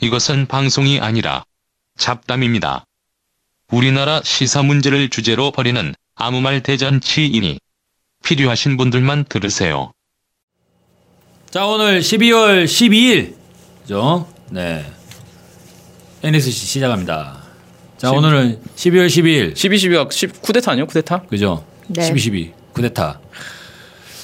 이것은 방송이 아니라 잡담입니다. 우리나라 시사 문제를 주제로 벌이는 아무 말 대잔치이니 필요하신 분들만 들으세요. 자, 오늘 12월 12일. 그죠? 네. NSC 시작합니다. 자, 오늘은 12월 12일. 12, 12가 10, 쿠데타 아니요? 쿠데타? 그죠? 네. 12, 12. 쿠데타.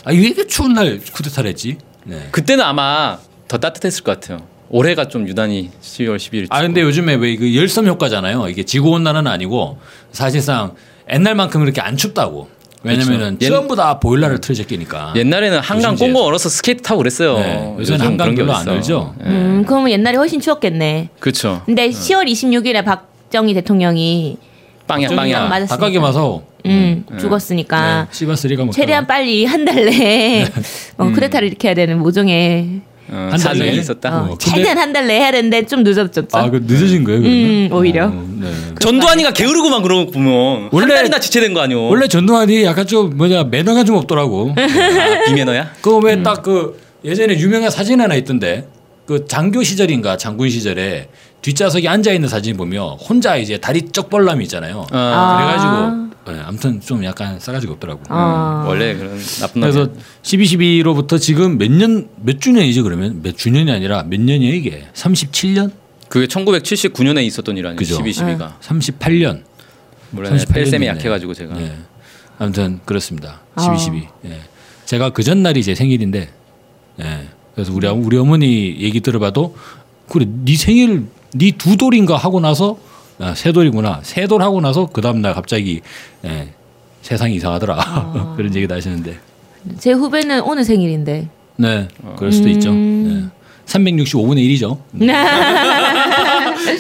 아, 왜 이렇게 추운 날 쿠데타를 했지? 네. 그때는 아마 더 따뜻했을 것 같아요. 올해가 좀 유난히 12월 11일. 아, 근데 요즘에 왜 그 열섬 효과잖아요. 이게 지구온난화는 아니고 사실상 옛날만큼 그렇게 안 춥다고. 왜냐면은 그렇죠. 옛- 전부 다 보일러를 틀어져 끼니까. 옛날에는 한강 요즘 꽁꽁 얼어서 스케이트 타고 그랬어요. 네, 요새는 한강 별로 안 얼죠? 음, 그러면 옛날이 훨씬 추웠겠네. 음, 그렇죠. 근데 10월 26일에 박정희 대통령이 빵야 좀 빵야. 맞- 맞았으니까. 닭가게 마서 음, 네. 죽었으니까 씨바스리가 최대한 빨리 한 달 내에 어, 쿠데타를 일으켜야 되는 모종의 어, 한 사정이 달에? 있었다. 어, 어, 근데- 최대한 한 달 내에 해야 되는데 좀 늦었죠. 아, 그 늦어진 거예요, 그러면? 음, 오히려. 어, 네. 전두환이가 게으르고만 그러고 보면 원래- 한 달이나 지체된 거 아니오? 원래 전두환이 약간 좀 뭐냐 매너가 좀 없더라고. 아, 비매너야? 그거 음. 왜 딱 그 예전에 유명한 사진 하나 있던데 그 장교 시절인가 장군 시절에 뒷좌석에 앉아 있는 사진 보면 혼자 이제 다리 쩍벌남이 있잖아요. 어, 아. 그래가지고 네, 아무튼 좀 약간 싸가지가 없더라고. 어. 네. 원래 그런 나쁜 놈이야. 그래서 12.12로부터 지금 몇 년 몇 주년이지 그러면 몇 주년이 아니라 몇 년이에요 이게 37년, 어, 그게 1979년에 있었던 일 아니에요? 그죠. 12, 네. 12가. 38년. 몰라. 38 펠셈이 년이네. 약해가지고 제가. 네. 아무튼 그렇습니다. 아. 12.12. 예. 제가 그 전날이 제 생일인데, 예. 그래서 우리 어머- 우리 어머니 얘기 들어봐도 그래 네 생일 네 두 돌인가 하고 나서 아, 세 돌이구나 세 돌 하고 나서 그 다음 날 갑자기 예, 세상이 이상하더라 그런 얘기도 하시는데, 제 후배는 오늘 생일인데. 네, 그럴 수도 있죠. 네. 365분의 1이죠.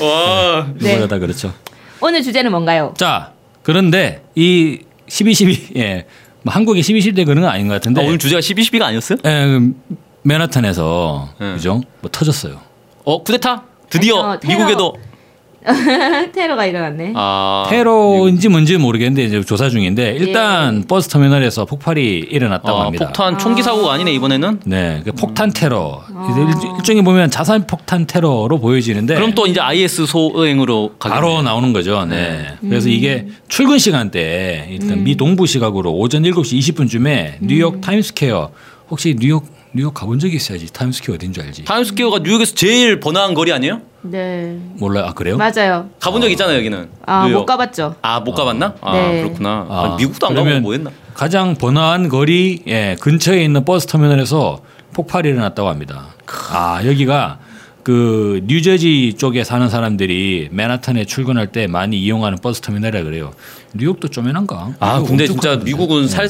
와. 네. 누구나 다 그렇죠. 오늘 주제는 뭔가요? 자, 그런데 이 12.12, 예, 뭐 한국의 12.12대 그런 건 아닌 것 아, 같은데. 네. 오늘 주제가 12, 12가 아니었어요? 예, 그 맨하탄에서 예. 그죠? 뭐 터졌어요. 어, 쿠데타? 드디어 아니요, 테러. 네. 미국에도 테러가 일어났네. 아, 테러인지 뭔지 모르겠는데 이제 조사 중인데 일단 버스 터미널에서 폭발이 일어났다고 예. 아, 합니다. 폭탄 음. 총기 사고가 아니네 이번에는. 네, 그 폭탄 테러. 일, 종의 보면 자산 폭탄 테러로 보여지는데 아. 그럼 또 이제 IS 소행으로 가겠네. 음. 바로 나오는 거죠. 네. 그래서 이게 출근 시간대에 일단 미 동부 시각으로 오전 7시 20분쯤에 음. 뉴욕 타임스퀘어 혹시 뉴욕 뉴욕 가본 적이 있어야지 타임스퀘어 어딘 줄 알지? 타임스퀘어가 뉴욕에서 제일 번화한 거리 아니에요? 네. 몰라요. 아 그래요? 맞아요. 가본 적 있잖아요 여기는. 아, 뉴욕. 못 가봤죠. 아, 못 가봤나? 아 네. 그렇구나. 아, 아니, 미국도 안 그러면 가고 뭐했나? 가장 번화한 거리 예, 근처에 있는 버스 터미널에서 폭발이 일어났다고 합니다. 아 여기가 그 뉴저지 쪽에 사는 사람들이 맨하탄에 출근할 때 많이 이용하는 버스 터미널이라 그래요. 뉴욕도 좀 해난가? 아 근데 진짜 네. 미국은 살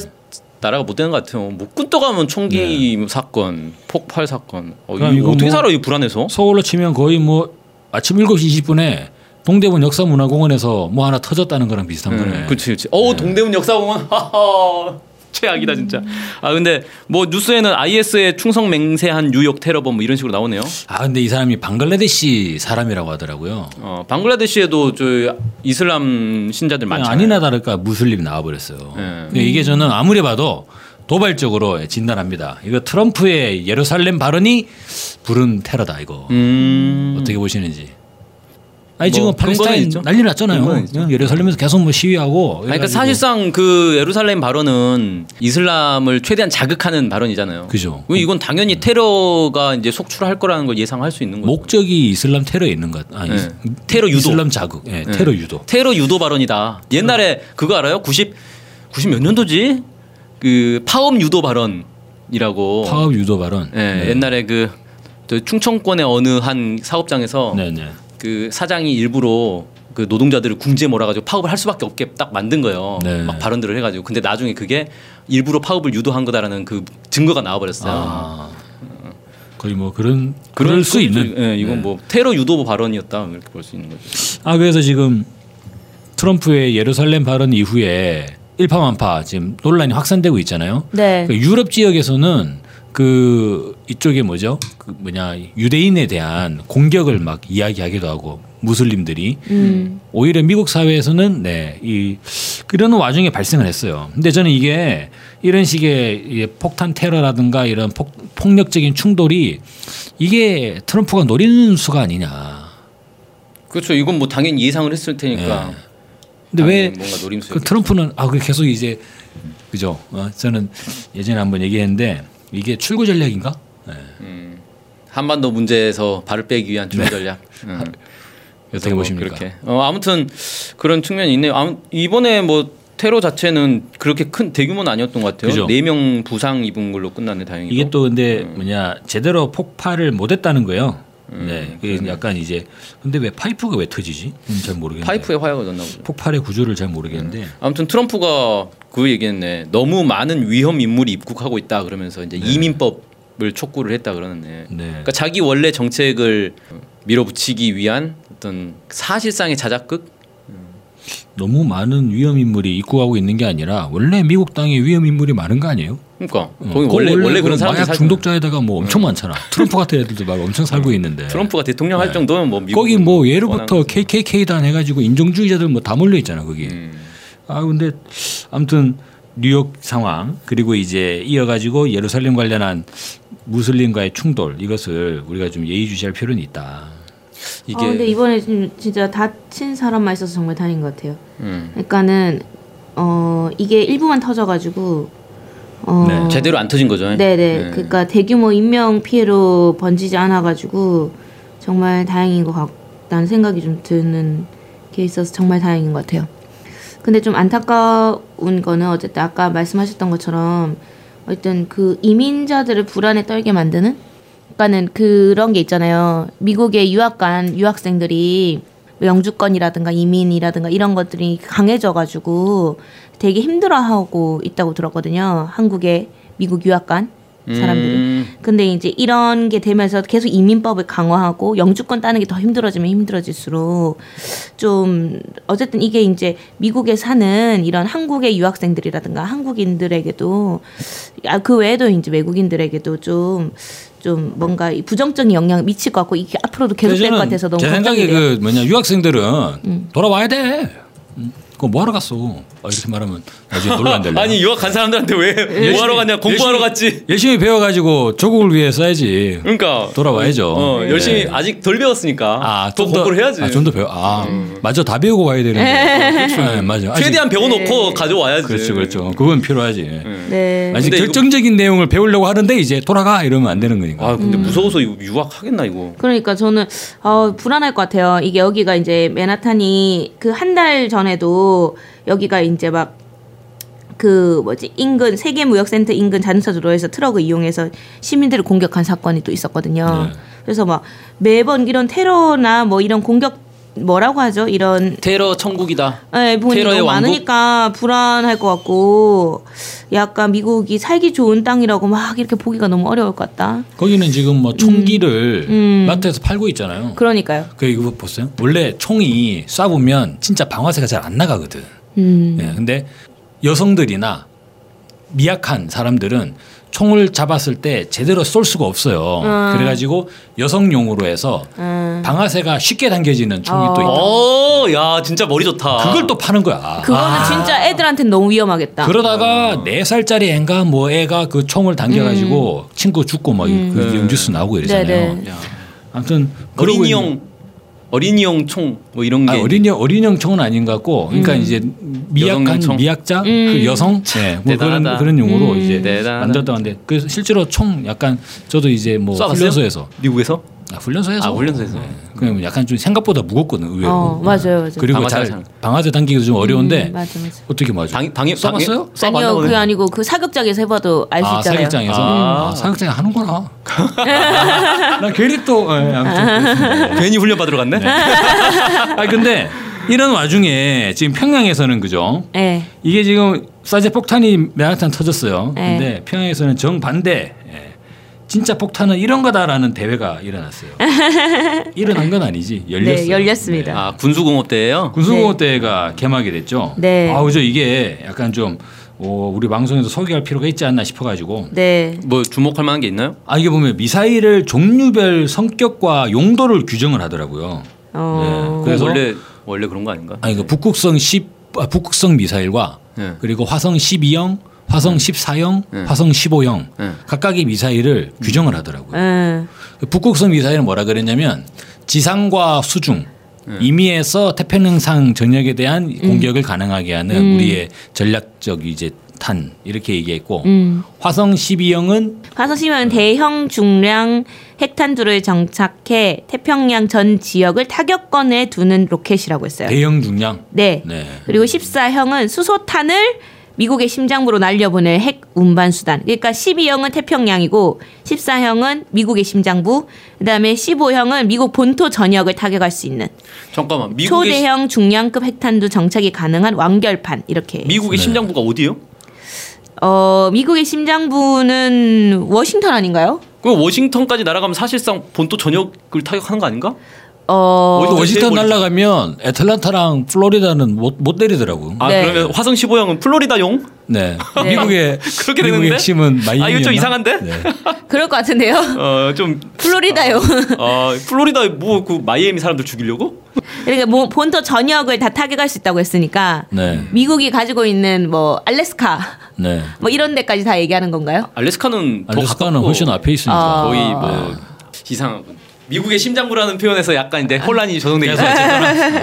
나라가 못 되는 것 같아요. 뭐 끈떡하면 총기 사건, 폭발 사건. 어, 네. 그럼 이 이거 어떻게 뭐- 살아 이 불안해서? 서울로 치면 거의 뭐 아침 7시 20분에 동대문 역사문화공원에서 뭐 하나 터졌다는 거랑 비슷한 거네. 그렇지, 그렇지. 어 동대문 역사공원 하하, 최악이다 진짜. 아 근데 뭐 뉴스에는 IS에 충성 맹세한 뉴욕 테러범 뭐 이런 식으로 나오네요. 아 근데 이 사람이 방글라데시 사람이라고 하더라고요. 어 방글라데시에도 저 이슬람 신자들 많잖아요. 아니나 다를까 무슬림 나와버렸어요. 예. 근데 네, 이게 저는 아무리 봐도 도발적으로 진단합니다. 이거 트럼프의 예루살렘 발언이 부른 테러다 이거 음. 어떻게 보시는지? 아니 뭐 지금 팔레스타인 근거는 있죠. 난리 났잖아요. 근거는 있죠. 예루살렘에서 계속 뭐 시위하고. 아니, 그러니까 해가지고. 사실상 그 예루살렘 발언은 이슬람을 최대한 자극하는 발언이잖아요. 그죠. 왜 이건 당연히 테러가 이제 속출할 거라는 걸 예상할 수 있는 거죠. 목적이 이슬람 테러에 있는 것 같- 아니 예. 테러 유도. 네. 이슬람 자극, 예, 테러 유도. 테러 유도 발언이다. 옛날에 그거 알아요? 90 90 몇 년도지? 그 파업 유도 발언이라고. 파업 유도 발언. 네. 예, 옛날에 그저 충청권의 어느 한 사업장에서 네네. 그 사장이 일부러 그 노동자들을 궁지에 몰아가지고 파업을 할 수밖에 없게 딱 만든 거예요. 네. 막 발언들을 해가지고. 근데 나중에 그게 일부러 파업을 유도한 거다라는 그 증거가 나와버렸어요. 아 거의 뭐 그런 그럴 수 소리도- 있는. 네. 예, 이건 뭐 테러 유도 발언이었다 이렇게 볼 수 있는 거죠. 아 그래서 지금 트럼프의 예루살렘 발언 이후에 일파만파 지금 논란이 확산되고 있잖아요. 네. 그 유럽 지역에서는 그 이쪽에 뭐죠? 그 뭐냐 유대인에 대한 공격을 막 이야기하기도 하고 무슬림들이 음. 오히려 미국 사회에서는 네이 그런 와중에 발생을 했어요. 근데 저는 이게 이런 식의 이 폭탄 테러라든가 이런 폭, 폭력적인 충돌이 이게 트럼프가 노리는 수가 아니냐. 그렇죠. 이건 뭐 당연히 예상을 했을 테니까. 네. 근데 당연히 왜 뭔가 노림수 그 트럼프는 아, 그 계속 이제 그죠? 어, 저는 예전에 한번 얘기했는데 이게 출구 전략인가? 예. 한반도 문제에서 발을 빼기 위한 네. 주요 전략. 음. 어떻게 뭐 보십니까? 그렇게. 어, 아무튼 그런 측면이 있네요. 아무, 이번에 뭐 테러 자체는 그렇게 큰 대규모는 아니었던 것 그죠. 같아요. 네 명 부상 입은 걸로 끝났네 다행히. 이게 또 근데 음. 뭐냐 제대로 폭발을 못했다는 거예요. 네, 그게 약간 이제 근데 왜 파이프가 왜 터지지? 음, 잘 모르겠는데. 파이프에 화약을 넣나 보죠. 폭발의 구조를 잘 모르겠는데. 아무튼 트럼프가 그 얘기했네. 너무 많은 위험 인물이 입국하고 있다 그러면서 이제 이민법을 촉구를 했다 그러는데. 네. 그러니까 자기 원래 정책을 밀어붙이기 위한 어떤 사실상의 자작극 너무 많은 위험 인물이 입국하고 있는 게 아니라 원래 미국 땅에 위험 인물이 많은 거 아니에요? 그러니까 어, 거기 원래 그거 원래 그 그런 사람들이 마약 살고 중독자에다가 뭐 엄청 많잖아. 트럼프 같은 애들도 막 엄청 살고 있는데. 있는 거야. 음. 트럼프가 대통령 할 정도면 뭐 미국 네. 거기 뭐 예로부터 KKK단 해가지고 인종주의자들 뭐 다 몰려 있잖아 거기. 음. 아 근데 아무튼 뉴욕 상황 그리고 이제 이어가지고 예루살렘 관련한 무슬림과의 충돌 이것을 우리가 좀 예의주시할 필요는 있다. 이게 아, 근데 이번에 좀 진짜 다친 사람만 있어서 정말 다행인 것 같아요. 음. 그러니까는 어 이게 일부만 터져가지고 어 네, 제대로 안 터진 거죠. 네네. 예. 그러니까 대규모 인명 피해로 번지지 않아가지고 정말 다행인 것 같다는 생각이 좀 드는 게 있어서 정말 다행인 것 같아요. 근데 좀 안타까운 거는 어쨌든 아까 말씀하셨던 것처럼 어쨌든 그 이민자들을 불안에 떨게 만드는 그러니까는 그런 게 있잖아요. 미국에 유학 간 유학생들이 뭐 영주권이라든가 이민이라든가 이런 것들이 강해져가지고 되게 힘들어하고 있다고 들었거든요. 한국에 미국 유학 간 사람들이. 음, 근데 이제 이런 게 되면서 계속 이민법을 강화하고 영주권 따는 게 더 힘들어지면 힘들어질수록 좀 어쨌든 이게 이제 미국에 사는 이런 한국의 유학생들이라든가 한국인들에게도 아, 그 외에도 이제 외국인들에게도 좀 좀 뭔가 이 부정적인 영향을 미칠 것 같고 이게 앞으로도 계속될 것 저는 같아서 너무 제 생각에 걱정이 돼요. 음. 그 뭐냐 유학생들은 돌아와야 돼. 음, 그거 뭐 하러 갔어? 아, 이렇게 말하면 나중에 논란 될래. 아니 유학 간 사람들한테 왜 뭐하러 갔냐 공부하러 갔지. 열심히 배워가지고 조국을 위해 써야지. 그러니까 돌아와야죠. 어, 네. 열심히 아직 덜 배웠으니까 아, 더 좀 더- 공부를 해야지. 음. 아, 좀 더 배워. 아, 맞아. 다 배우고 와야 되는데. 네, 맞아. 아직- 최대한 배워놓고 가져와야지. 그렇죠, 그렇죠. 그건 필요하지. 네. 아직 근데 결정적인 내용을 배우려고 하는데 이제 돌아가 이러면 안 되는 거니까. 아 음. 근데 무서워서 이거 유학하겠나 이거. 그러니까 저는 어, 불안할 것 같아요. 이게 여기가 이제 맨하탄이 그 한 달 전에도 여기가 이제 막 그 뭐지 인근 세계 무역센터 인근 자동차 도로에서 트럭을 이용해서 시민들을 공격한 사건이 또 있었거든요. 네. 그래서 막 매번 이런 테러나 뭐 이런 공격 뭐라고 하죠? 이런 테러 천국이다. 네, 부분이 테러의 너무 왕국? 많으니까 불안할 것 같고 약간 미국이 살기 좋은 땅이라고 막 이렇게 보기가 너무 어려울 것 같다. 거기는 지금 뭐 총기를 음. 마트에서 팔고 있잖아요. 그러니까요. 그 이거 보세요. 원래 총이 쏴보면 진짜 방아쇠가 잘 안 나가거든. 음. 예, 근데 여성들이나 미약한 사람들은 총을 잡았을 때 제대로 쏠 수가 없어요. 그래가지고 여성용으로 해서 아. 음. 방아쇠가 쉽게 당겨지는 총이 또 있다. 어, 야 진짜 머리 좋다. 그걸 또 파는 거야. 아. 그거는 진짜 애들한테 너무 위험하겠다. 아. 그러다가 네 살짜리 애인가 뭐 애가 그 총을 당겨가지고 친구 죽고 막 그~ 음. 영주스 나오고 이러잖아요. 음. 네네. 야, 아무튼 그러고 있는- 어린이용 어린이용 총 뭐 이런 게. 아, 어린이 어린이용 총은 아닌 것 같고, 그러니까 음. 이제 미약한 여성용 총. 미약자 그 여성 네, 뭐 그런 대단하다. 그런 용어로 음. 이제 대단하다. 만들었다는데 그 실제로 총 약간 저도 이제 뭐 쏴봤어요? 훈련소에서 미국에서? 아, 훈련소에서 네. 아, 훈련소에서. 그냥 뭐 약간 좀 생각보다 무겁거든 의외로 어, 맞아요, 맞아요. 그리고 방아쇠가 잘 잘- 방아쇠 당기기도 좀 어려운데 음, 맞아, 맞아. 어떻게 맞아? 당 당연 쏴봤어요? 아니요, 쏴봤나 그게 보네. 아니고 그 사극장에서 해봐도 알 수 아, 있잖아요. 음. 사격장에서 아. 아, 사격장에 하는구나. 나 괜히 또 예, 아무튼 그렇습니다. 괜히 훈련 받으러 갔네. 아 근데 이런 와중에 지금 평양에서는 그죠? 네. 이게 지금 사제 폭탄이 맨하탄 터졌어요. 네. 근데 평양에서는 정반대. 예. 진짜 폭탄은 이런 거다라는 대회가 일어났어요. 일어난 건 아니지. 열렸어요. 네, 열렸습니다. 네. 아 군수공업대예요. 군수공업 대회가 개막이 됐죠. 네. 아, 그죠. 이게 약간 좀 어, 우리 방송에서 소개할 필요가 있지 않나 싶어가지고 네. 뭐 주목할 만한 게 있나요? 아 이게 보면 미사일을 종류별 성격과 용도를 규정을 하더라고요. 어. 네, 그래서- 원래 원래 그런 거 아닌가? 아니 그 북극성 10 아, 북극성 미사일과 예. 그리고 화성 12형, 예. 화성 14형, 네. 화성 15형 네. 각각의 미사일을 규정을 하더라고요. 음. 북극성 미사일은 뭐라 그랬냐면 지상과 수중 예. 임의에서 태평양 전역에 대한 공격을 가능하게 하는 음. 우리의 전략적 이제 탄 이렇게 얘기했고 음. 화성 12형은 화성시면 대형 중량 핵탄두를 정착해 태평양 전 지역을 타격권에 두는 로켓이라고 했어요. 대형 중량. 네. 네. 그리고 14형은 수소탄을 미국의 심장부로 날려보낼 핵 운반 수단. 그러니까 12형은 태평양이고 14형은 미국의 심장부. 그다음에 15형은 미국 본토 전역을 타격할 수 있는 잠깐만 미국의 시- 초대형 중량급 핵탄두 정착이 가능한 완결판 이렇게. 네. 미국의 심장부가 어디예요? 어 미국의 심장부는 워싱턴 아닌가요? 그럼 워싱턴까지 날아가면 사실상 본토 전역을 타격하는 거 아닌가? 어 워싱- 워싱턴 네, 제일 날라가면 애틀란타랑 플로리다는 못, 못 때리더라고요. 아 네. 그러면 화성 15형은 플로리다용? 네. 네. 미국의 그렇게 미국의 되는데? 핵심은 네. 마이애미. 아, 이거 좀 이상한데? 그럴 것 같은데요. 어좀 플로리다요. 어, 플로리다 뭐 그 마이애미 사람들 죽이려고? 그러니까 뭐 본토 전역을 다 타격할 수 있다고 했으니까 네. 미국이 가지고 있는 뭐 알래스카 네. 뭐 이런 데까지 다 얘기하는 건가요? 알래스카는 더 알래스카는 가깝고 훨씬 앞에 있으니까. 네. 아. 거의 뭐 이상하고 미국의 심장부라는 표현에서 약간 이제 아. 혼란이 조성되기 네. 시작했잖아.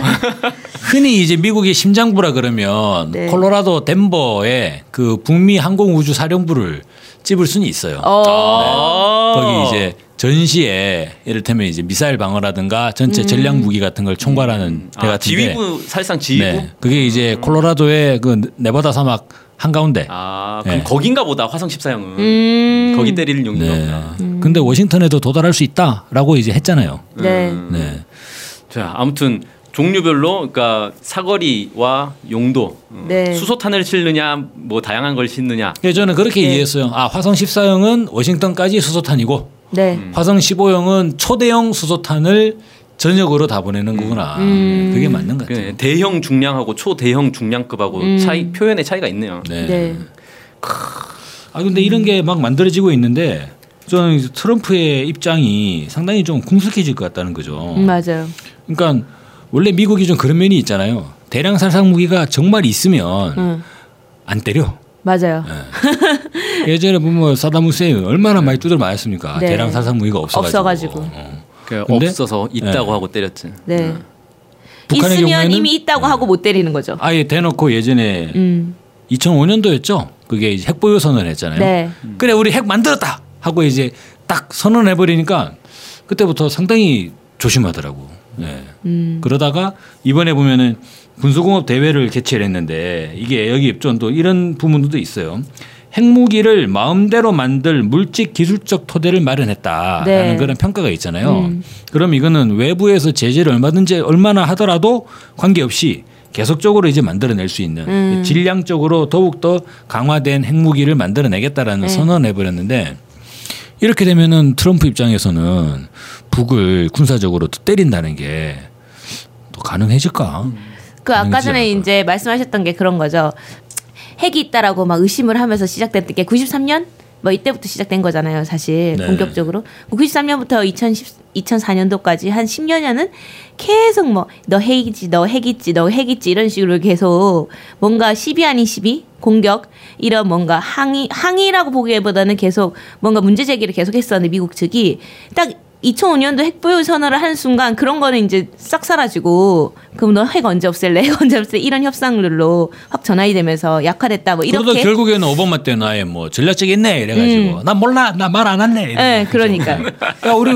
흔히 이제 미국의 심장부라 그러면 네. 콜로라도 덴버에 그 북미 항공우주사령부를 찝을 수는 있어요. 아. 거기 이제 전시에 이를테면 이제 미사일 방어라든가 음. 전체 전략 무기 같은 걸 총괄하는 대 아, 같은데 지휘부 사실상 지휘부. 네. 그게 이제 콜로라도의 그 네바다 사막 한가운데. 아 그럼 네. 거긴가 보다 화성 14형은 음. 거기 때리는 네. 용인가 보다. 근데 워싱턴에도 도달할 수 있다라고 이제 했잖아요. 네. 네. 자 아무튼 종류별로 그러니까 사거리와 용도 음, 네. 수소탄을 싣느냐 뭐 다양한 걸 싣느냐 그래서 저는 그렇게 네. 이해했어요. 아, 화성 14형은 워싱턴까지 수소탄이고 네. 화성 15형은 초대형 수소탄을 전역으로 다 보내는 거구나. 음. 그게 맞는 것 같아요. 그 대형 중량하고 초대형 중량급하고 음. 차이 표현의 차이가 있네요. 네. 네. 네. 아 근데 이런 게 막 만들어지고 있는데 저는 이제 트럼프의 입장이 상당히 좀 궁숙해질 것 같다는 거죠. 음, 맞아요. 그러니까 원래 미국이 좀 그런 면이 있잖아요. 대량 살상 무기가 정말 있으면 음. 안 때려. 맞아요. 예전에 보면 사담 후세인 얼마나 많이 두들 맞았습니까? 네. 대량 살상 무기가 없어가지고. 없어가지고. 어. 그 근데? 없어서 있다고 하고 때렸지. 네. 음. 북한의 있으면 경우에는 음. 이미 있다고 하고 못 때리는 거죠. 아예 대놓고 예전에 음. 2005년도였죠. 그게 이제 핵 보유 선언했잖아요. 네. 그래 우리 핵 만들었다 하고 이제 딱 선언해 버리니까 그때부터 상당히 조심하더라고. 네. 음. 그러다가 이번에 보면은 군수공업 대회를 개최를 했는데 이게 여기 입전도 이런 부분도 있어요. 핵무기를 마음대로 만들 물질 기술적 토대를 마련했다라는 네. 음. 그런 평가가 있잖아요. 그럼 이거는 외부에서 제재를 얼마든지 얼마나 하더라도 관계없이 계속적으로 이제 만들어낼 수 있는 음. 질량적으로 더욱더 강화된 핵무기를 네. 만들어내겠다라는 선언해버렸는데 이렇게 되면은 트럼프 입장에서는 북을 군사적으로 또 때린다는 게 또 가능해질까? 그 아까 가능하지 전에 않을까요? 이제 말씀하셨던 게 그런 거죠. 핵이 있다라고 막 의심을 하면서 시작됐던 게 93년 뭐 이때부터 시작된 거잖아요, 사실 네. 본격적으로. 93년부터 2010, 2004년도까지 한 10년여는 계속 뭐 너 핵이지, 너 핵이지, 너 핵이지 이런 식으로 계속 뭔가 시비 아닌 시비 공격 이런 뭔가 항의 항의라고 보기보다는 계속 뭔가 문제 제기를 계속했었는데 미국 측이 딱 2005년도 핵보유 선언을 한 순간 그런 거는 이제 싹 사라지고 그럼 너 핵 언제 없앨래? 핵 언제 없앨래? 이런 협상률로 확 전환이 되면서 약화됐다 뭐 그러다 이렇게 음. 결국에는 오바마 때는 아예 뭐 전략적이네 이래가지고 난 몰라 나 말 안 할래. 예, 그러니까. 야 우리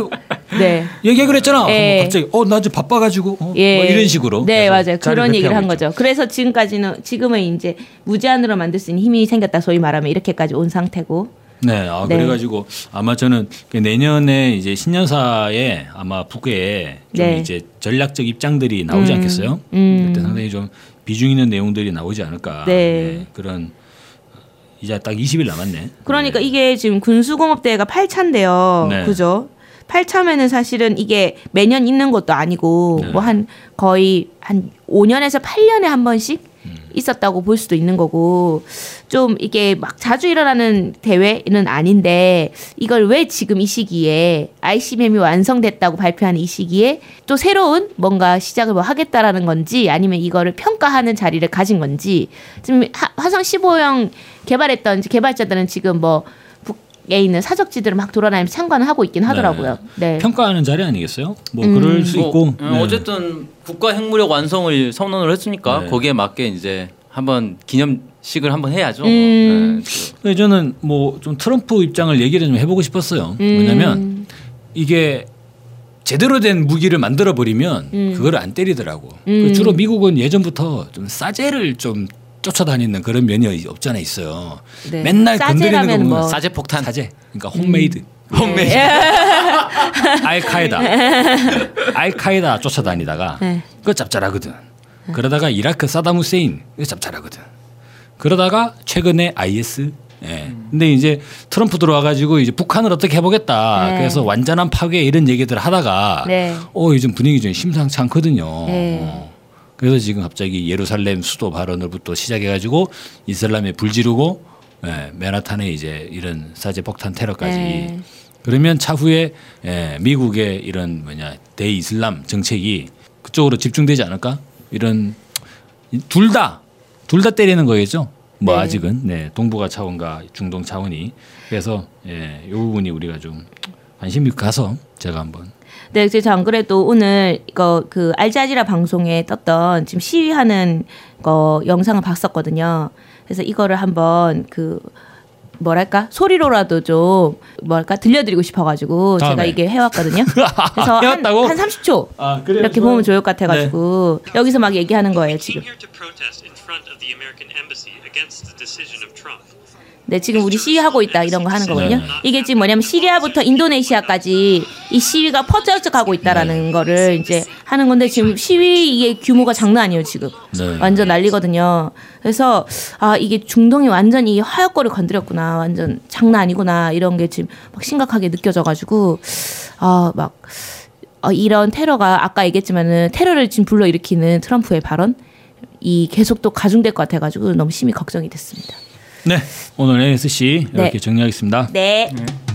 네. 얘기하기로 했잖아. 예. 뭐 갑자기 어나 좀 바빠가지고 어, 예. 뭐 이런 식으로. 네, 계속 맞아요. 자리를 그런 얘기를 회피하고 한 있죠. 거죠. 그래서 지금까지는 지금은 이제 무제한으로 만들 수 있는 힘이 생겼다 소위 말하면 이렇게까지 온 상태고. 네, 아, 네. 그래가지고 아마 저는 그 내년에 이제 신년사에 아마 북에 좀 네. 이제 전략적 입장들이 나오지 음, 않겠어요? 음. 그때 상당히 좀 비중 있는 내용들이 나오지 않을까. 네. 그런 이제 딱 20일 남았네. 그러니까 이게 지금 군수공업대회가 8차인데요. 네. 그죠? 8차면은 사실은 이게 매년 있는 것도 아니고 네. 뭐 한 거의 한 5년에서 8년에 한 번씩 음. 있었다고 볼 수도 있는 거고 좀 이게 막 자주 일어나는 대회는 아닌데 이걸 왜 지금 이 시기에 ICBM이 완성됐다고 발표하는 이 시기에 또 새로운 뭔가 시작을 뭐 하겠다라는 건지 아니면 이거를 평가하는 자리를 가진 건지 지금 하- 화성 15형 개발했던 이제 개발자들은 지금 뭐 북- 지역에 있는 사적지들을 막 돌아다니면서 참관을 하고 있긴 하더라고요. 네. 평가하는 자리 아니겠어요? 뭐 음. 그럴 수 뭐, 있고. 어, 네. 어쨌든 국가 핵무력 완성을 선언을 했으니까 네. 거기에 맞게 이제 한번 기념식을 한번 해야죠. 음. 네, 그- 근데 저는 뭐 좀 트럼프 입장을 얘기를 좀 해보고 싶었어요. 왜냐면 음, 이게 제대로 된 무기를 만들어 버리면 음. 그걸 안 때리더라고. 그 음. 주로 미국은 예전부터 좀 싸제를 좀 쫓아다니는 그런 면이 없지 않아 있어요. 네. 맨날 건드리는 거 싸제라면 보면 뭐- 음. 싸제 폭탄, 싸제. 그러니까 홈메이드. 네. 홈메이드. 알카에다, 알카에다 쫓아다니다가 네. 그거 짭짤하거든. 그러다가 이라크 사담 후세인 그거 짭짤하거든. 그러다가 최근에 IS. 예. 근데 이제 트럼프 들어와가지고 이제 북한을 어떻게 해보겠다. 네. 그래서 완전한 파괴 이런 얘기들 하다가 네. 어 요즘 분위기 좀 심상치 않거든요. 네. 어. 그래서 지금 갑자기 예루살렘 수도 발언으로부터 시작해가지고 이슬람에 불지르고 예, 맨하탄에 이제 이런 사제 폭탄 테러까지 네. 그러면 차후에 예, 미국의 이런 뭐냐 대이슬람 정책이 그쪽으로 집중되지 않을까 이런 둘 다 둘 다 때리는 거겠죠. 뭐 네. 아직은 네, 동북아 차원과 중동 차원이 그래서 예, 이 부분이 우리가 좀 관심 있게 가서 제가 한번 네, 제가 안 그래도 오늘 이거 그 알자지라 방송에 떴던 지금 시위하는 거 영상을 봤었거든요. 그래서 이거를 한번 그 뭐랄까 소리로라도 좀 뭐랄까 들려드리고 싶어가지고 제가 다음에. 이게 해왔거든요. 그래서 한, 아, 네. 해왔다고? 한 30초 아, 네. 이렇게 보면 좋을 것 같아가지고 여기서 막 얘기하는 거예요 지금. Came here to protest in front of the American embassy against the decision of Trump. 네, 지금 우리 시위하고 있다 이런 거 하는 거거든요. 네. 이게 지금 뭐냐면 시리아부터 인도네시아까지 이 시위가 퍼져져 가고 네. 있다라는 거를 이제 하는 건데 지금 시위 이게 규모가 장난 아니에요, 지금. 네. 완전 난리거든요. 그래서 아, 이게 중동이 완전 이 화약고를 건드렸구나. 완전 장난 아니구나. 이런 게 지금 막 심각하게 느껴져 가지고 아, 막 어, 이런 테러가 아까 얘기했지만은 테러를 지금 불러일으키는 트럼프의 발언 이 계속 또 가중될 것 같아 가지고 너무 심히 걱정이 됐습니다. 네 오늘 NSC 이렇게 네. 정리하겠습니다. 네.